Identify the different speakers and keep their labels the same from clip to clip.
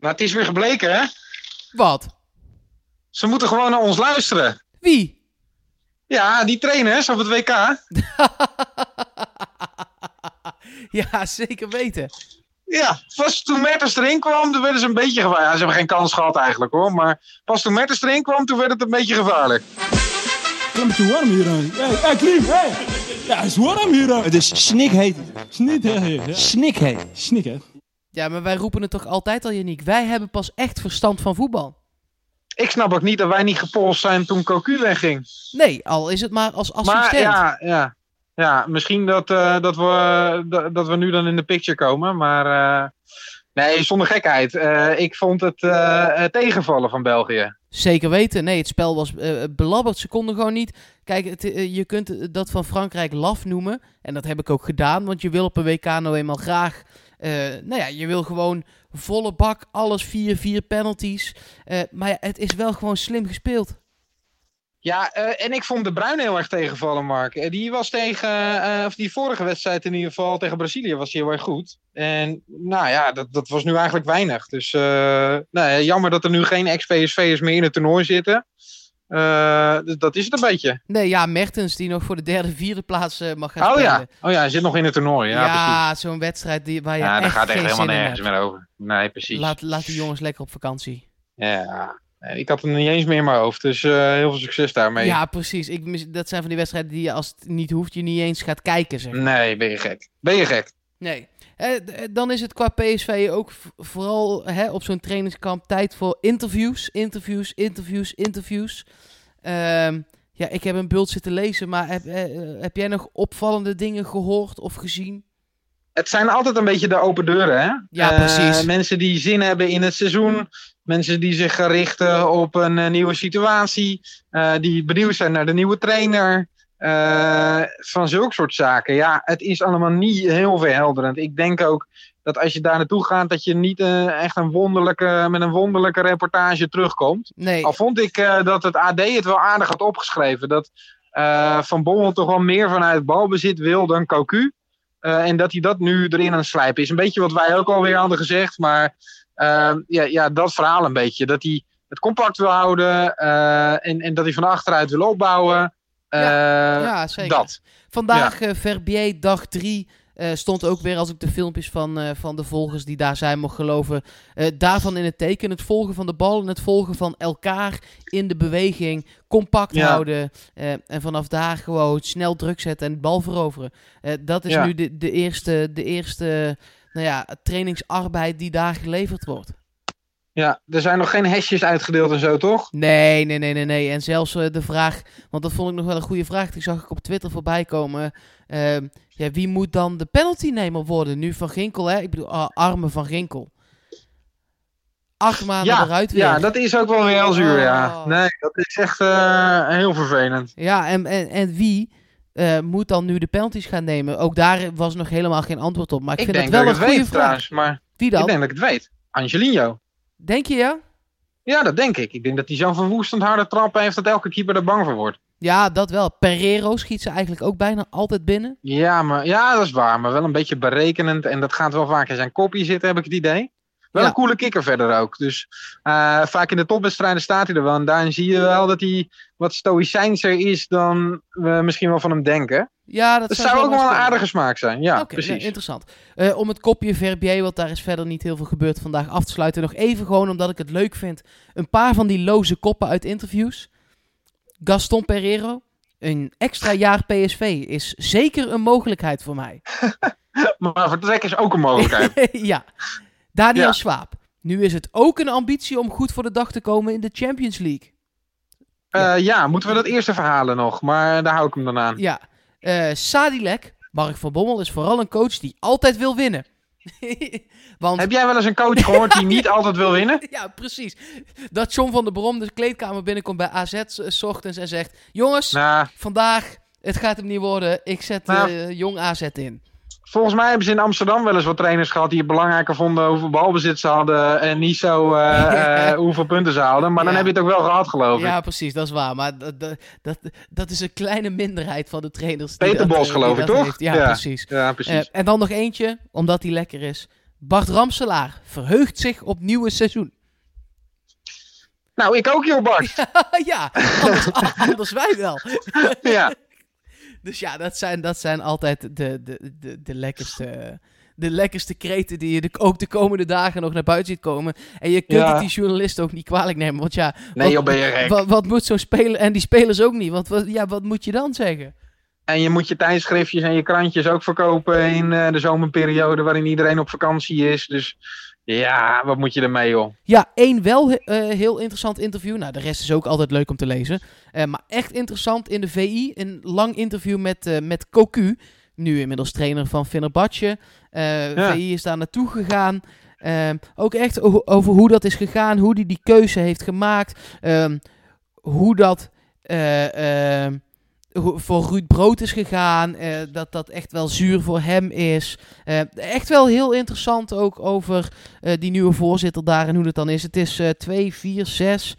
Speaker 1: Maar Nou, het is weer gebleken, hè?
Speaker 2: Wat?
Speaker 1: Ze moeten gewoon naar ons luisteren.
Speaker 2: Wie?
Speaker 1: Ja, die trainers op het WK.
Speaker 2: ja, zeker weten.
Speaker 1: Ja, pas toen Mertens erin kwam, toen werden ze een beetje gevaarlijk. Ja, ze hebben geen kans gehad eigenlijk hoor. Maar pas toen Mertens erin kwam, toen werd het een beetje gevaarlijk.
Speaker 3: Klimmetje warm hier. Hey, hey, Klim, hey. Ja, het is warm hier. Het is snikheet. Snikheet. Snikheet. Snikheet.
Speaker 2: Ja, maar wij roepen het toch altijd al, Janiek. Wij hebben pas echt verstand van voetbal.
Speaker 1: Ik snap ook niet dat wij niet gepolst zijn toen Cocu wegging.
Speaker 2: Nee, al is het maar als assistent.
Speaker 1: Maar ja, ja, ja misschien dat, eh, dat, we, dat, dat we nu dan in de picture komen. Maar eh, nee, zonder gekheid. Eh, ik vond het eh, eh, tegenvallen van België.
Speaker 2: Zeker weten. Nee, het spel was eh, belabberd. Ze konden gewoon niet. Kijk, het, eh, je kunt dat van Frankrijk laf noemen. En dat heb ik ook gedaan. Want je wil op een WK nou eenmaal graag. eh, nou ja, je wil gewoon volle bak. Alles 4-4 penalties. Eh, maar ja, het is wel gewoon slim gespeeld.
Speaker 1: Ja, eh, en ik vond De Bruin heel erg tegenvallen, Mark. Eh, die was tegen, eh, of die vorige wedstrijd in ieder geval, tegen Brazilië was hij heel erg goed. En nou ja, dat, dat was nu eigenlijk weinig. Dus eh, nou, ja, jammer dat er nu geen ex-PSV'ers meer in het toernooi zitten. Eh, dus dat is het een beetje.
Speaker 2: Nee, ja, Mertens die nog voor de derde, vierde plaats eh, mag gaan
Speaker 1: Oh
Speaker 2: spelen.
Speaker 1: ja. oh ja, hij zit nog in het toernooi. Ja, precies.
Speaker 2: zo'n wedstrijd die, waar je
Speaker 1: Ja, daar
Speaker 2: echt
Speaker 1: gaat echt
Speaker 2: geen
Speaker 1: helemaal
Speaker 2: zin in
Speaker 1: nergens
Speaker 2: hebt.
Speaker 1: meer over. Nee, precies.
Speaker 2: Laat, laat die jongens lekker op vakantie.
Speaker 1: Ja. En Ik had hem niet eens meer in mijn hoofd, dus eh, heel veel succes daarmee.
Speaker 2: Ja, precies. Ik, mis- dat zijn van die wedstrijden die je als het niet hoeft, je niet eens gaat kijken, zeg.
Speaker 1: Nee, ben je gek. Ben je gek?
Speaker 2: Nee. Eh, d- eh, Dan is het qua PSV ook v- vooral hè, op zo'n trainingskamp tijd voor interviews, interviews, interviews, interviews. Ehm, ja, ik heb een bult zitten lezen, maar heb, eh, eh, heb jij nog opvallende dingen gehoord of gezien?
Speaker 1: Het zijn altijd een beetje de open deuren, hè?
Speaker 2: Ja,
Speaker 1: Eh,
Speaker 2: precies.
Speaker 1: Mensen die zin hebben in het seizoen. Mensen die zich gaan richten op een eh, nieuwe situatie. eh, die benieuwd zijn naar de nieuwe trainer. eh, van zulke soort zaken. Ja, het is allemaal niet heel verhelderend. Ik denk ook dat als je daar naartoe gaat, dat je niet eh, echt een wonderlijke, met een wonderlijke reportage terugkomt.
Speaker 2: Nee,
Speaker 1: Al vond ik eh, dat het AD het wel aardig had opgeschreven. Dat eh, Van Bommel toch wel meer vanuit balbezit wil dan Cocu. Eh, en dat hij dat nu erin aan het slijpen is. Een beetje wat wij ook alweer hadden gezegd. Maar eh, ja, ja, dat verhaal een beetje. Dat hij het compact wil houden. eh, en, en dat hij van achteruit wil opbouwen. Eh,
Speaker 2: ja, zeker.
Speaker 1: dat.
Speaker 2: Vandaag eh, Verbier, dag 3. stond ook weer, als ik de filmpjes van, eh, van de volgers die daar zijn mocht geloven, eh, daarvan in het teken. Het volgen van de bal en het volgen van elkaar in de beweging. Compact
Speaker 1: Ja.
Speaker 2: houden eh, en vanaf daar gewoon snel druk zetten en de bal veroveren. Eh, dat is
Speaker 1: Ja.
Speaker 2: nu de, de eerste, de eerste nou ja, trainingsarbeid die daar geleverd wordt.
Speaker 1: Ja, er zijn nog geen hesjes uitgedeeld en zo, toch?
Speaker 2: Nee, nee, nee, nee, nee. En zelfs eh, de vraag, want dat vond ik nog wel een goede vraag. Die zag ik op Twitter voorbij komen. Ehm, ja, wie moet dan de penaltynemer worden? Nu Van Ginkel, hè? Ik bedoel, ah, arme Van Ginkel. Acht maanden
Speaker 1: Ja,
Speaker 2: eruit weer.
Speaker 1: Ja, dat is ook wel weer heel zuur, ja.
Speaker 2: Oh.
Speaker 1: Nee, dat is echt eh, heel vervelend.
Speaker 2: Ja, en, en, en wie eh, moet dan nu de penalties gaan nemen? Ook daar was nog helemaal geen antwoord op. Maar ik,
Speaker 1: Ik,
Speaker 2: vind
Speaker 1: denk
Speaker 2: dat
Speaker 1: dat ik
Speaker 2: wel
Speaker 1: het
Speaker 2: een goede
Speaker 1: weet,
Speaker 2: vraag.
Speaker 1: trouwens. Maar
Speaker 2: Wie dan?
Speaker 1: Ik
Speaker 2: Denk...
Speaker 1: denk dat ik het weet. Angelino.
Speaker 2: je ja?
Speaker 1: Ja, dat denk ik. Ik denk dat hij zo'n verwoestend harde trap heeft dat elke keeper er bang voor wordt.
Speaker 2: Ja, dat wel. Pereiro schiet ze eigenlijk ook bijna altijd binnen.
Speaker 1: Ja, maar, ja, dat is waar. Maar wel een beetje berekenend. En dat gaat wel vaak in zijn kopje zitten, heb ik het idee. Wel
Speaker 2: Ja.
Speaker 1: een coole kikker verder ook. Dus eh, vaak in de topwedstrijden staat hij er wel. En daarin zie je wel dat hij wat stoïcijnser is dan we misschien wel van hem denken.
Speaker 2: Ja, dat,
Speaker 1: Dat zou ook
Speaker 2: zomaar
Speaker 1: wel een
Speaker 2: kunnen.
Speaker 1: aardige smaak zijn. Ja,
Speaker 2: Oké, nou,
Speaker 1: precies.
Speaker 2: interessant. Eh, om het kopje Verbier, want daar is verder niet heel veel gebeurd vandaag, af te sluiten. Nog even gewoon omdat ik het leuk vind. Een paar van die loze koppen uit interviews. Gaston Pereiro. Een extra jaar PSV is zeker een mogelijkheid voor mij.
Speaker 1: maar vertrek is ook een mogelijkheid.
Speaker 2: ja. Daniel
Speaker 1: Ja.
Speaker 2: Swaap. Nu is het ook een ambitie om goed voor de dag te komen in de Champions League. Ja.
Speaker 1: Eh, ja, moeten we dat eerste verhalen nog? Maar daar hou ik hem dan aan.
Speaker 2: Ja. Eh, Sadilek. Mark van Bommel is vooral een coach die altijd wil winnen. Want
Speaker 1: Heb jij wel eens een coach gehoord die niet altijd wil winnen?
Speaker 2: Ja, precies. Dat John van der Brom de kleedkamer binnenkomt bij AZ s- s ochtends en zegt... Jongens,
Speaker 1: Nou,
Speaker 2: vandaag, het gaat hem niet worden. Ik zet
Speaker 1: Nou.
Speaker 2: eh, jong AZ in.
Speaker 1: volgens mij hebben ze in Amsterdam wel eens wat trainers gehad die het belangrijker vonden hoeveel balbezit ze hadden en niet zo eh, eh, hoeveel punten ze hadden. Maar dan
Speaker 2: Ja.
Speaker 1: heb je het ook wel gehad, geloof ik.
Speaker 2: Ja, precies, dat is waar. Maar dat, dat, dat, dat is een kleine minderheid van de trainers. die
Speaker 1: Peter
Speaker 2: dat,
Speaker 1: Bos,
Speaker 2: eh,
Speaker 1: geloof
Speaker 2: die
Speaker 1: ik,
Speaker 2: dat
Speaker 1: toch?
Speaker 2: heeft. Ja,
Speaker 1: Ja.
Speaker 2: precies.
Speaker 1: Ja, precies.
Speaker 2: Eh, en dan nog eentje, omdat die lekker is. Bart Ramselaar verheugt zich op nieuwe seizoen.
Speaker 1: Nou, ik ook, joh, Bart.
Speaker 2: ja, anders, anders wij wel.
Speaker 1: Ja.
Speaker 2: Dus ja, dat zijn, dat zijn altijd de, de, de, de, lekkerste, de lekkerste kreten die je de, ook de komende dagen nog naar buiten ziet komen. En je kunt
Speaker 1: Ja.
Speaker 2: het die journalisten ook niet kwalijk nemen. Want ja,
Speaker 1: Nee, joh, ben je gek.
Speaker 2: wat, wat moet zo'n speler... En die spelers ook niet. Want wat, ja, wat moet je dan zeggen?
Speaker 1: En je moet je tijdschriftjes en je krantjes ook verkopen in eh, de zomerperiode waarin iedereen op vakantie is. Dus ja, wat moet je ermee, joh?
Speaker 2: Ja, één wel he- eh, heel interessant interview. Nou, de rest is ook altijd leuk om te lezen. Eh, maar echt interessant in de VI. Een lang interview met, eh met Cocu. Nu inmiddels trainer van Fenerbahce. Eh
Speaker 1: Ja.
Speaker 2: VI is daar naartoe gegaan. Ehm, ook echt o- over hoe dat is gegaan. Hoe hij die keuze heeft gemaakt. Ehm, hoe dat eh, ehm, hoe- voor Ruud Brood is gegaan. eh, dat dat echt wel zuur voor hem is. Eh, echt wel heel interessant ook over eh, die nieuwe voorzitter daar en hoe dat dan is. Het is eh, twee, vier, zes,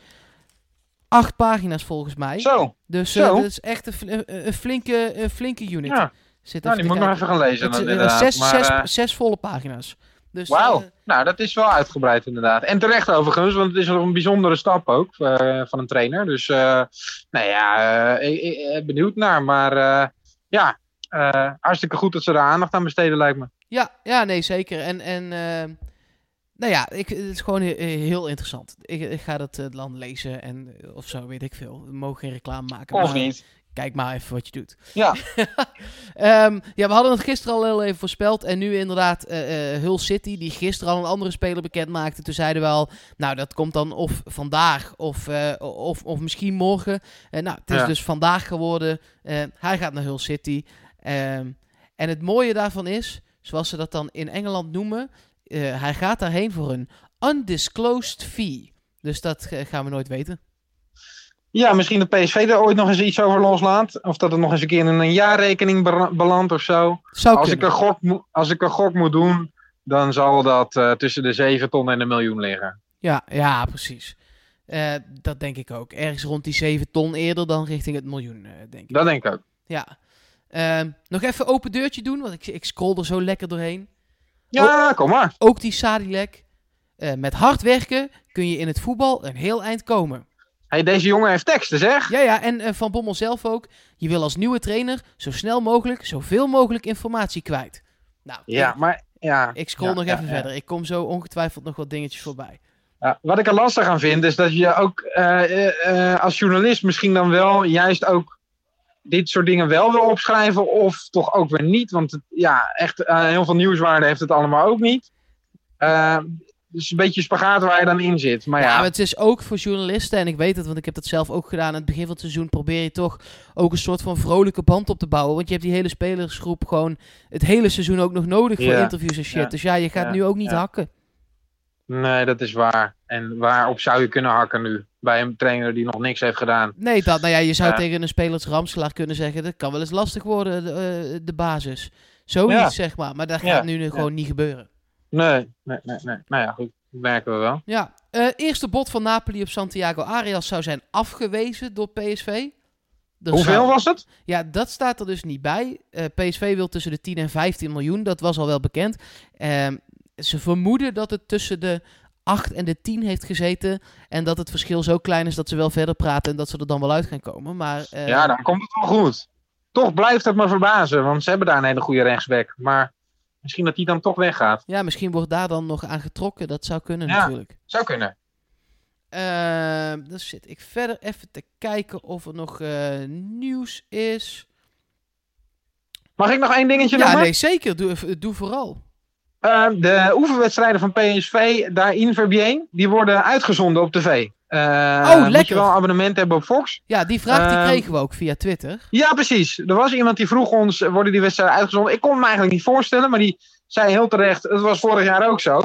Speaker 2: acht pagina's volgens mij.
Speaker 1: Zo,
Speaker 2: Dus
Speaker 1: Zo.
Speaker 2: het is echt een, fl- een- een flinke, een flinke unit.
Speaker 1: ja.
Speaker 2: Zit
Speaker 1: Nou,
Speaker 2: even
Speaker 1: die
Speaker 2: te
Speaker 1: moet ik nog even
Speaker 2: kijken.
Speaker 1: gaan lezen.
Speaker 2: Het,
Speaker 1: dan,
Speaker 2: eh,
Speaker 1: inderdaad.
Speaker 2: zes,
Speaker 1: Maar,
Speaker 2: zes,
Speaker 1: eh,
Speaker 2: zes volle pagina's. Dus,
Speaker 1: Wauw,
Speaker 2: eh,
Speaker 1: nou dat is wel uitgebreid inderdaad. En terecht overigens, want het is nog een bijzondere stap ook eh, van een trainer. Dus eh, nou ja, eh, ik- ik- eh, benieuwd naar. Maar eh, ja, eh, hartstikke goed dat ze daar aandacht aan besteden lijkt me.
Speaker 2: ja, ja, nee, zeker. En, en eh, nou ja, ik, het is gewoon he- heel interessant. Ik, ik ga dat eh, dan lezen en, eh, of zo, weet ik veel. We mogen geen reclame maken.
Speaker 1: Of
Speaker 2: maar eh,
Speaker 1: niet.
Speaker 2: Kijk maar even wat je doet.
Speaker 1: Ja,
Speaker 2: Ehm, ja, we hadden het gisteren al heel even voorspeld. En nu inderdaad eh, eh, Hull City, die gisteren al een andere speler bekend maakte. Toen zeiden we al, nou dat komt dan of vandaag of, eh, of, of misschien morgen. Eh, nou, het is
Speaker 1: Ja.
Speaker 2: dus vandaag geworden. Eh, hij gaat naar Hull City. Ehm, en het mooie daarvan is, zoals ze dat dan in Engeland noemen... eh, hij gaat daarheen voor een undisclosed fee. Dus dat eh, gaan we nooit weten.
Speaker 1: ja misschien dat PSV er ooit nog eens iets over loslaat. Of dat het nog eens een keer in een jaarrekening bera- belandt of zo.
Speaker 2: Zou
Speaker 1: Als ik,
Speaker 2: kunnen.
Speaker 1: een gok, mo- als ik een gok moet doen, dan zal dat eh, tussen de 7 ton en een miljoen liggen.
Speaker 2: Ja, ja precies. Eh, dat denk ik ook. Ergens rond die 7 ton eerder dan richting het miljoen, eh, denk ik.
Speaker 1: Dat denk ik ook.
Speaker 2: Ja. Ehm, nog even open deurtje doen, want ik, ik scroll er zo lekker doorheen.
Speaker 1: Ja, kom maar.
Speaker 2: Ook die Sadilek. Eh, met hard werken kun je in het voetbal een heel eind komen.
Speaker 1: Hey, deze jongen heeft teksten zeg.
Speaker 2: Ja, ja, en eh, Van Bommel zelf ook. Je wil als nieuwe trainer zo snel mogelijk, zoveel mogelijk informatie kwijt. Nou,
Speaker 1: Ja,
Speaker 2: ik,
Speaker 1: maar ja.
Speaker 2: ik scroll
Speaker 1: Ja,
Speaker 2: nog
Speaker 1: ja,
Speaker 2: even
Speaker 1: ja.
Speaker 2: verder. Ik kom zo ongetwijfeld nog wat dingetjes voorbij.
Speaker 1: Ja, wat ik er lastig aan vind, is dat je ook eh, eh, eh, als journalist misschien dan wel juist ook dit soort dingen wel wil opschrijven, of toch ook weer niet. Want het- ja, echt eh, heel veel nieuwswaarde heeft het allemaal ook niet. Eh, dus een beetje spagaat waar je dan in zit. Maar
Speaker 2: Ja,
Speaker 1: ja,
Speaker 2: maar het is ook voor journalisten, en ik weet het, want ik heb dat zelf ook gedaan. Aan het begin van het seizoen probeer je toch ook een soort van vrolijke band op te bouwen. Want je hebt die hele spelersgroep gewoon het hele seizoen ook nog nodig voor
Speaker 1: Ja.
Speaker 2: interviews en shit.
Speaker 1: Ja.
Speaker 2: Dus ja, je gaat
Speaker 1: Ja.
Speaker 2: nu ook niet
Speaker 1: Ja.
Speaker 2: hakken.
Speaker 1: nee, dat is waar. En waarop zou je kunnen hakken nu? Bij een trainer die nog niks heeft gedaan.
Speaker 2: Nee, dat, nou ja, je zou
Speaker 1: Ja.
Speaker 2: tegen een speler als Ramselaar kunnen zeggen, dat kan wel eens lastig worden, de, eh, de basis. Zoiets,
Speaker 1: Ja.
Speaker 2: zeg maar. Maar dat
Speaker 1: Ja.
Speaker 2: gaat nu gewoon niet gebeuren.
Speaker 1: Nee, nee, nee, nee. Nou ja, goed. Dat merken we wel.
Speaker 2: Ja, Eh, eerste bod van Napoli op Santiago Arias zou zijn afgewezen door PSV. Er zou-
Speaker 1: Hoeveel was het?
Speaker 2: Ja, dat staat er dus niet bij. Eh, PSV wil tussen de 10 en 15 miljoen, dat was al wel bekend. Ehm, ze vermoeden dat het tussen de 8 en de 10 heeft gezeten. En dat het verschil zo klein is dat ze wel verder praten en dat ze er dan wel uit gaan komen. Maar eh,
Speaker 1: Ja, dan komt het wel goed. Toch blijft het me verbazen, want ze hebben daar een hele goede rechtsback. Maar misschien dat die dan toch weggaat.
Speaker 2: ja, misschien wordt daar dan nog aan getrokken. Dat zou kunnen
Speaker 1: Ja.
Speaker 2: natuurlijk.
Speaker 1: Zou kunnen.
Speaker 2: Ehm, dan zit ik verder even te kijken of er nog eh, nieuws is.
Speaker 1: Mag ik nog één dingetje
Speaker 2: Ja,
Speaker 1: noemen?
Speaker 2: nee, zeker. Doe, doe vooral.
Speaker 1: Eh, de oefenwedstrijden van PSV daar in Verbier, die worden uitgezonden op tv. Eh, Moet je
Speaker 2: Oh, lekker.
Speaker 1: wel een abonnement hebben op Fox?
Speaker 2: Ja, die vraag die
Speaker 1: Ehm,
Speaker 2: kregen we ook via Twitter.
Speaker 1: Ja, precies. Er was iemand die vroeg ons, eh, worden die wedstrijden uitgezonden? Ik kon me eigenlijk niet voorstellen, maar die zei heel terecht, het was vorig jaar ook zo.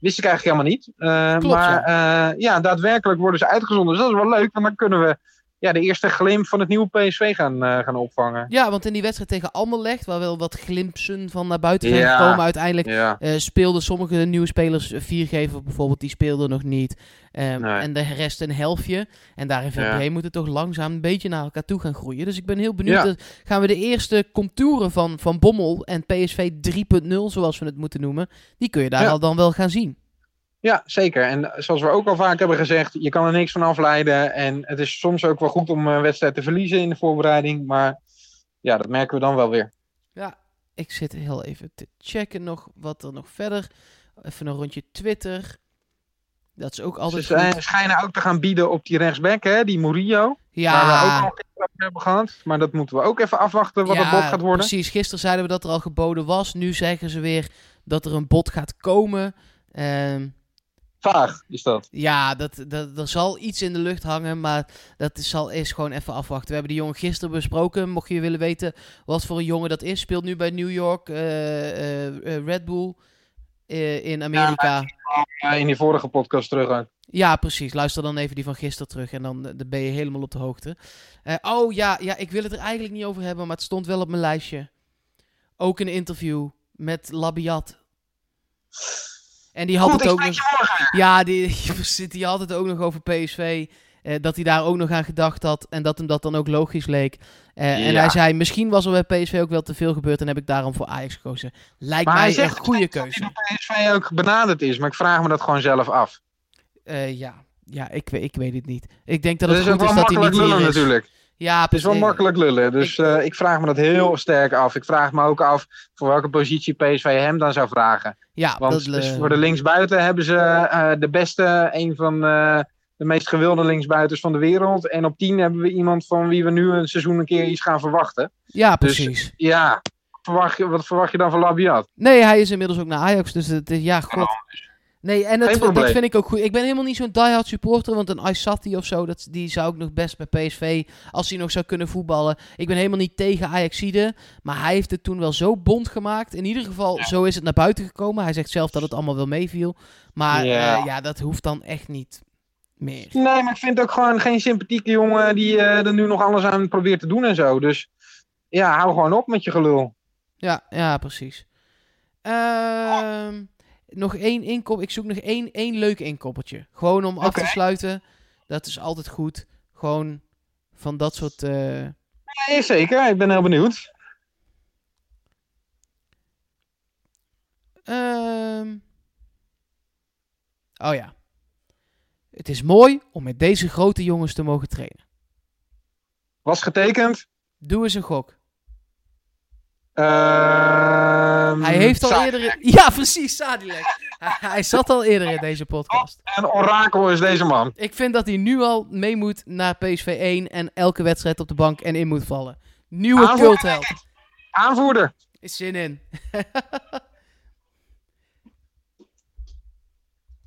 Speaker 1: Wist ik eigenlijk helemaal niet. Eh,
Speaker 2: Klopt,
Speaker 1: maar ja. ja, daadwerkelijk worden ze uitgezonden. Dus dat is wel leuk, want dan kunnen we ja, de eerste glimp van het nieuwe PSV gaan, eh, gaan opvangen.
Speaker 2: Ja, want in die wedstrijd tegen Anderlecht, waar wel wat glimpsen van naar buiten zijn
Speaker 1: Ja.
Speaker 2: gekomen uiteindelijk,
Speaker 1: Ja.
Speaker 2: eh, speelden sommige nieuwe spelers, eh, Viergever bijvoorbeeld, die speelden nog niet. Ehm,
Speaker 1: Nee.
Speaker 2: En de rest een helftje. En daarin
Speaker 1: Ja.
Speaker 2: VP moet het toch langzaam een beetje naar elkaar toe gaan groeien. Dus ik ben heel benieuwd.
Speaker 1: Ja.
Speaker 2: Dat- Gaan we de eerste contouren van, van Bommel en PSV 3.0, zoals we het moeten noemen, die kun je daar
Speaker 1: Ja.
Speaker 2: al dan wel gaan zien.
Speaker 1: ja, zeker. En zoals we ook al vaak hebben gezegd, je kan er niks van afleiden. En het is soms ook wel goed om een wedstrijd te verliezen in de voorbereiding. Maar ja, dat merken we dan wel weer.
Speaker 2: Ik zit heel even te checken nog wat er nog verder. Even een rondje Twitter. Dat is ook
Speaker 1: Ze
Speaker 2: altijd goed.
Speaker 1: zijn- schijnen ook te gaan bieden op die rechtsback, hè, die Murillo. Waar we ook al
Speaker 2: Ja,
Speaker 1: een keer over hebben gehad. Maar dat moeten we ook even afwachten wat
Speaker 2: ja,
Speaker 1: dat bod gaat worden.
Speaker 2: precies. Gisteren zeiden we dat er al geboden was. Nu zeggen ze weer dat er een bod gaat komen. Ehm,
Speaker 1: Vaag is dat.
Speaker 2: ja, dat, dat, er zal iets in de lucht hangen, maar dat is- zal eerst gewoon even afwachten. We hebben die jongen gisteren besproken. Mocht je willen weten wat voor een jongen dat is, speelt nu bij New York eh, eh, eh, Red Bull eh, in Amerika.
Speaker 1: Ja, in die vorige podcast terug ook.
Speaker 2: Ja, precies. Luister dan even die van gisteren terug en dan, eh, dan ben je helemaal op de hoogte. Eh, oh ja, ja, ik wil het er eigenlijk niet over hebben, maar het stond wel op mijn lijstje. Ook een interview met Labiat. En die had
Speaker 1: Goed,
Speaker 2: het
Speaker 1: ik
Speaker 2: ook dus.
Speaker 1: spreek
Speaker 2: nog. Ja, die, die, die had het ook nog over PSV. eh, dat hij daar ook nog aan gedacht had en dat hem dat dan ook logisch leek. Eh, En
Speaker 1: Ja.
Speaker 2: hij zei: Misschien was er bij PSV ook wel te veel gebeurd en heb ik daarom voor Ajax gekozen. Lijkt
Speaker 1: Maar hij
Speaker 2: mij
Speaker 1: zegt
Speaker 2: echt goede
Speaker 1: dat
Speaker 2: keuze.
Speaker 1: hij door PSV ook benaderd is, maar ik vraag me dat gewoon zelf af.
Speaker 2: Eh, ja, ja ik, we- ik weet het niet. Ik denk dat
Speaker 1: Dat,
Speaker 2: het
Speaker 1: is
Speaker 2: goed
Speaker 1: ook wel
Speaker 2: is dat hij
Speaker 1: makkelijk
Speaker 2: niet hier
Speaker 1: lullen
Speaker 2: is.
Speaker 1: natuurlijk.
Speaker 2: Ja,
Speaker 1: Het is wel
Speaker 2: precies.
Speaker 1: makkelijk lullen, dus eh, ik vraag me dat heel sterk af. Ik vraag me ook af voor welke positie PSV hem dan zou vragen.
Speaker 2: Ja,
Speaker 1: Want
Speaker 2: dat,
Speaker 1: dus
Speaker 2: eh,
Speaker 1: voor de linksbuiten hebben ze eh, de beste, een van eh, de meest gewilde linksbuitens van de wereld. En op 10 hebben we iemand van wie we nu een seizoen een keer iets gaan verwachten.
Speaker 2: ja,
Speaker 1: dus-
Speaker 2: precies.
Speaker 1: Ja, verwacht je, wat verwacht je dan van Labiat?
Speaker 2: Nee, hij is inmiddels ook naar Ajax, dus het is, ja, god. Nee, en dat,
Speaker 1: dus. Geen
Speaker 2: dat
Speaker 1: probleem.
Speaker 2: vind ik ook goed. Ik ben helemaal niet zo'n diehard supporter, want een Aysati of zo, dat, die zou ik nog best bij PSV, als hij nog zou kunnen voetballen. Ik ben helemaal niet tegen Ajaxide, maar hij heeft het toen wel zo bond gemaakt. In ieder geval, zo is het naar buiten gekomen. Hij zegt zelf dat het allemaal wel meeviel, maar
Speaker 1: Ja.
Speaker 2: eh, ja, dat hoeft dan echt niet meer.
Speaker 1: Nee, maar ik vind ook gewoon geen sympathieke jongen die eh, er nu nog alles aan probeert te doen en zo. Dus ja, hou gewoon op met je gelul.
Speaker 2: Ja, ja, precies. Ehm, Nog één inkop. Ik zoek nog één, één leuk inkoppertje. Gewoon om af te
Speaker 1: Oké.
Speaker 2: sluiten. Dat is altijd goed. Gewoon van dat soort. eh,
Speaker 1: Nee, zeker. Ik ben heel benieuwd.
Speaker 2: ehm. Oh ja. Het is mooi om met deze grote jongens te mogen trainen.
Speaker 1: Was getekend.
Speaker 2: Doe eens een gok.
Speaker 1: Ehm,
Speaker 2: Hij heeft al
Speaker 1: Sa-
Speaker 2: eerder. in- Ja, precies, Sadilek. Hij hij zat al eerder in deze podcast.
Speaker 1: Een orakel is deze man.
Speaker 2: Ik vind dat hij nu al mee moet naar PSV 1 en elke wedstrijd op de bank en in moet vallen. Nieuwe
Speaker 1: Aanvoer-
Speaker 2: cultheld.
Speaker 1: Aanvoerder.
Speaker 2: Is zin in.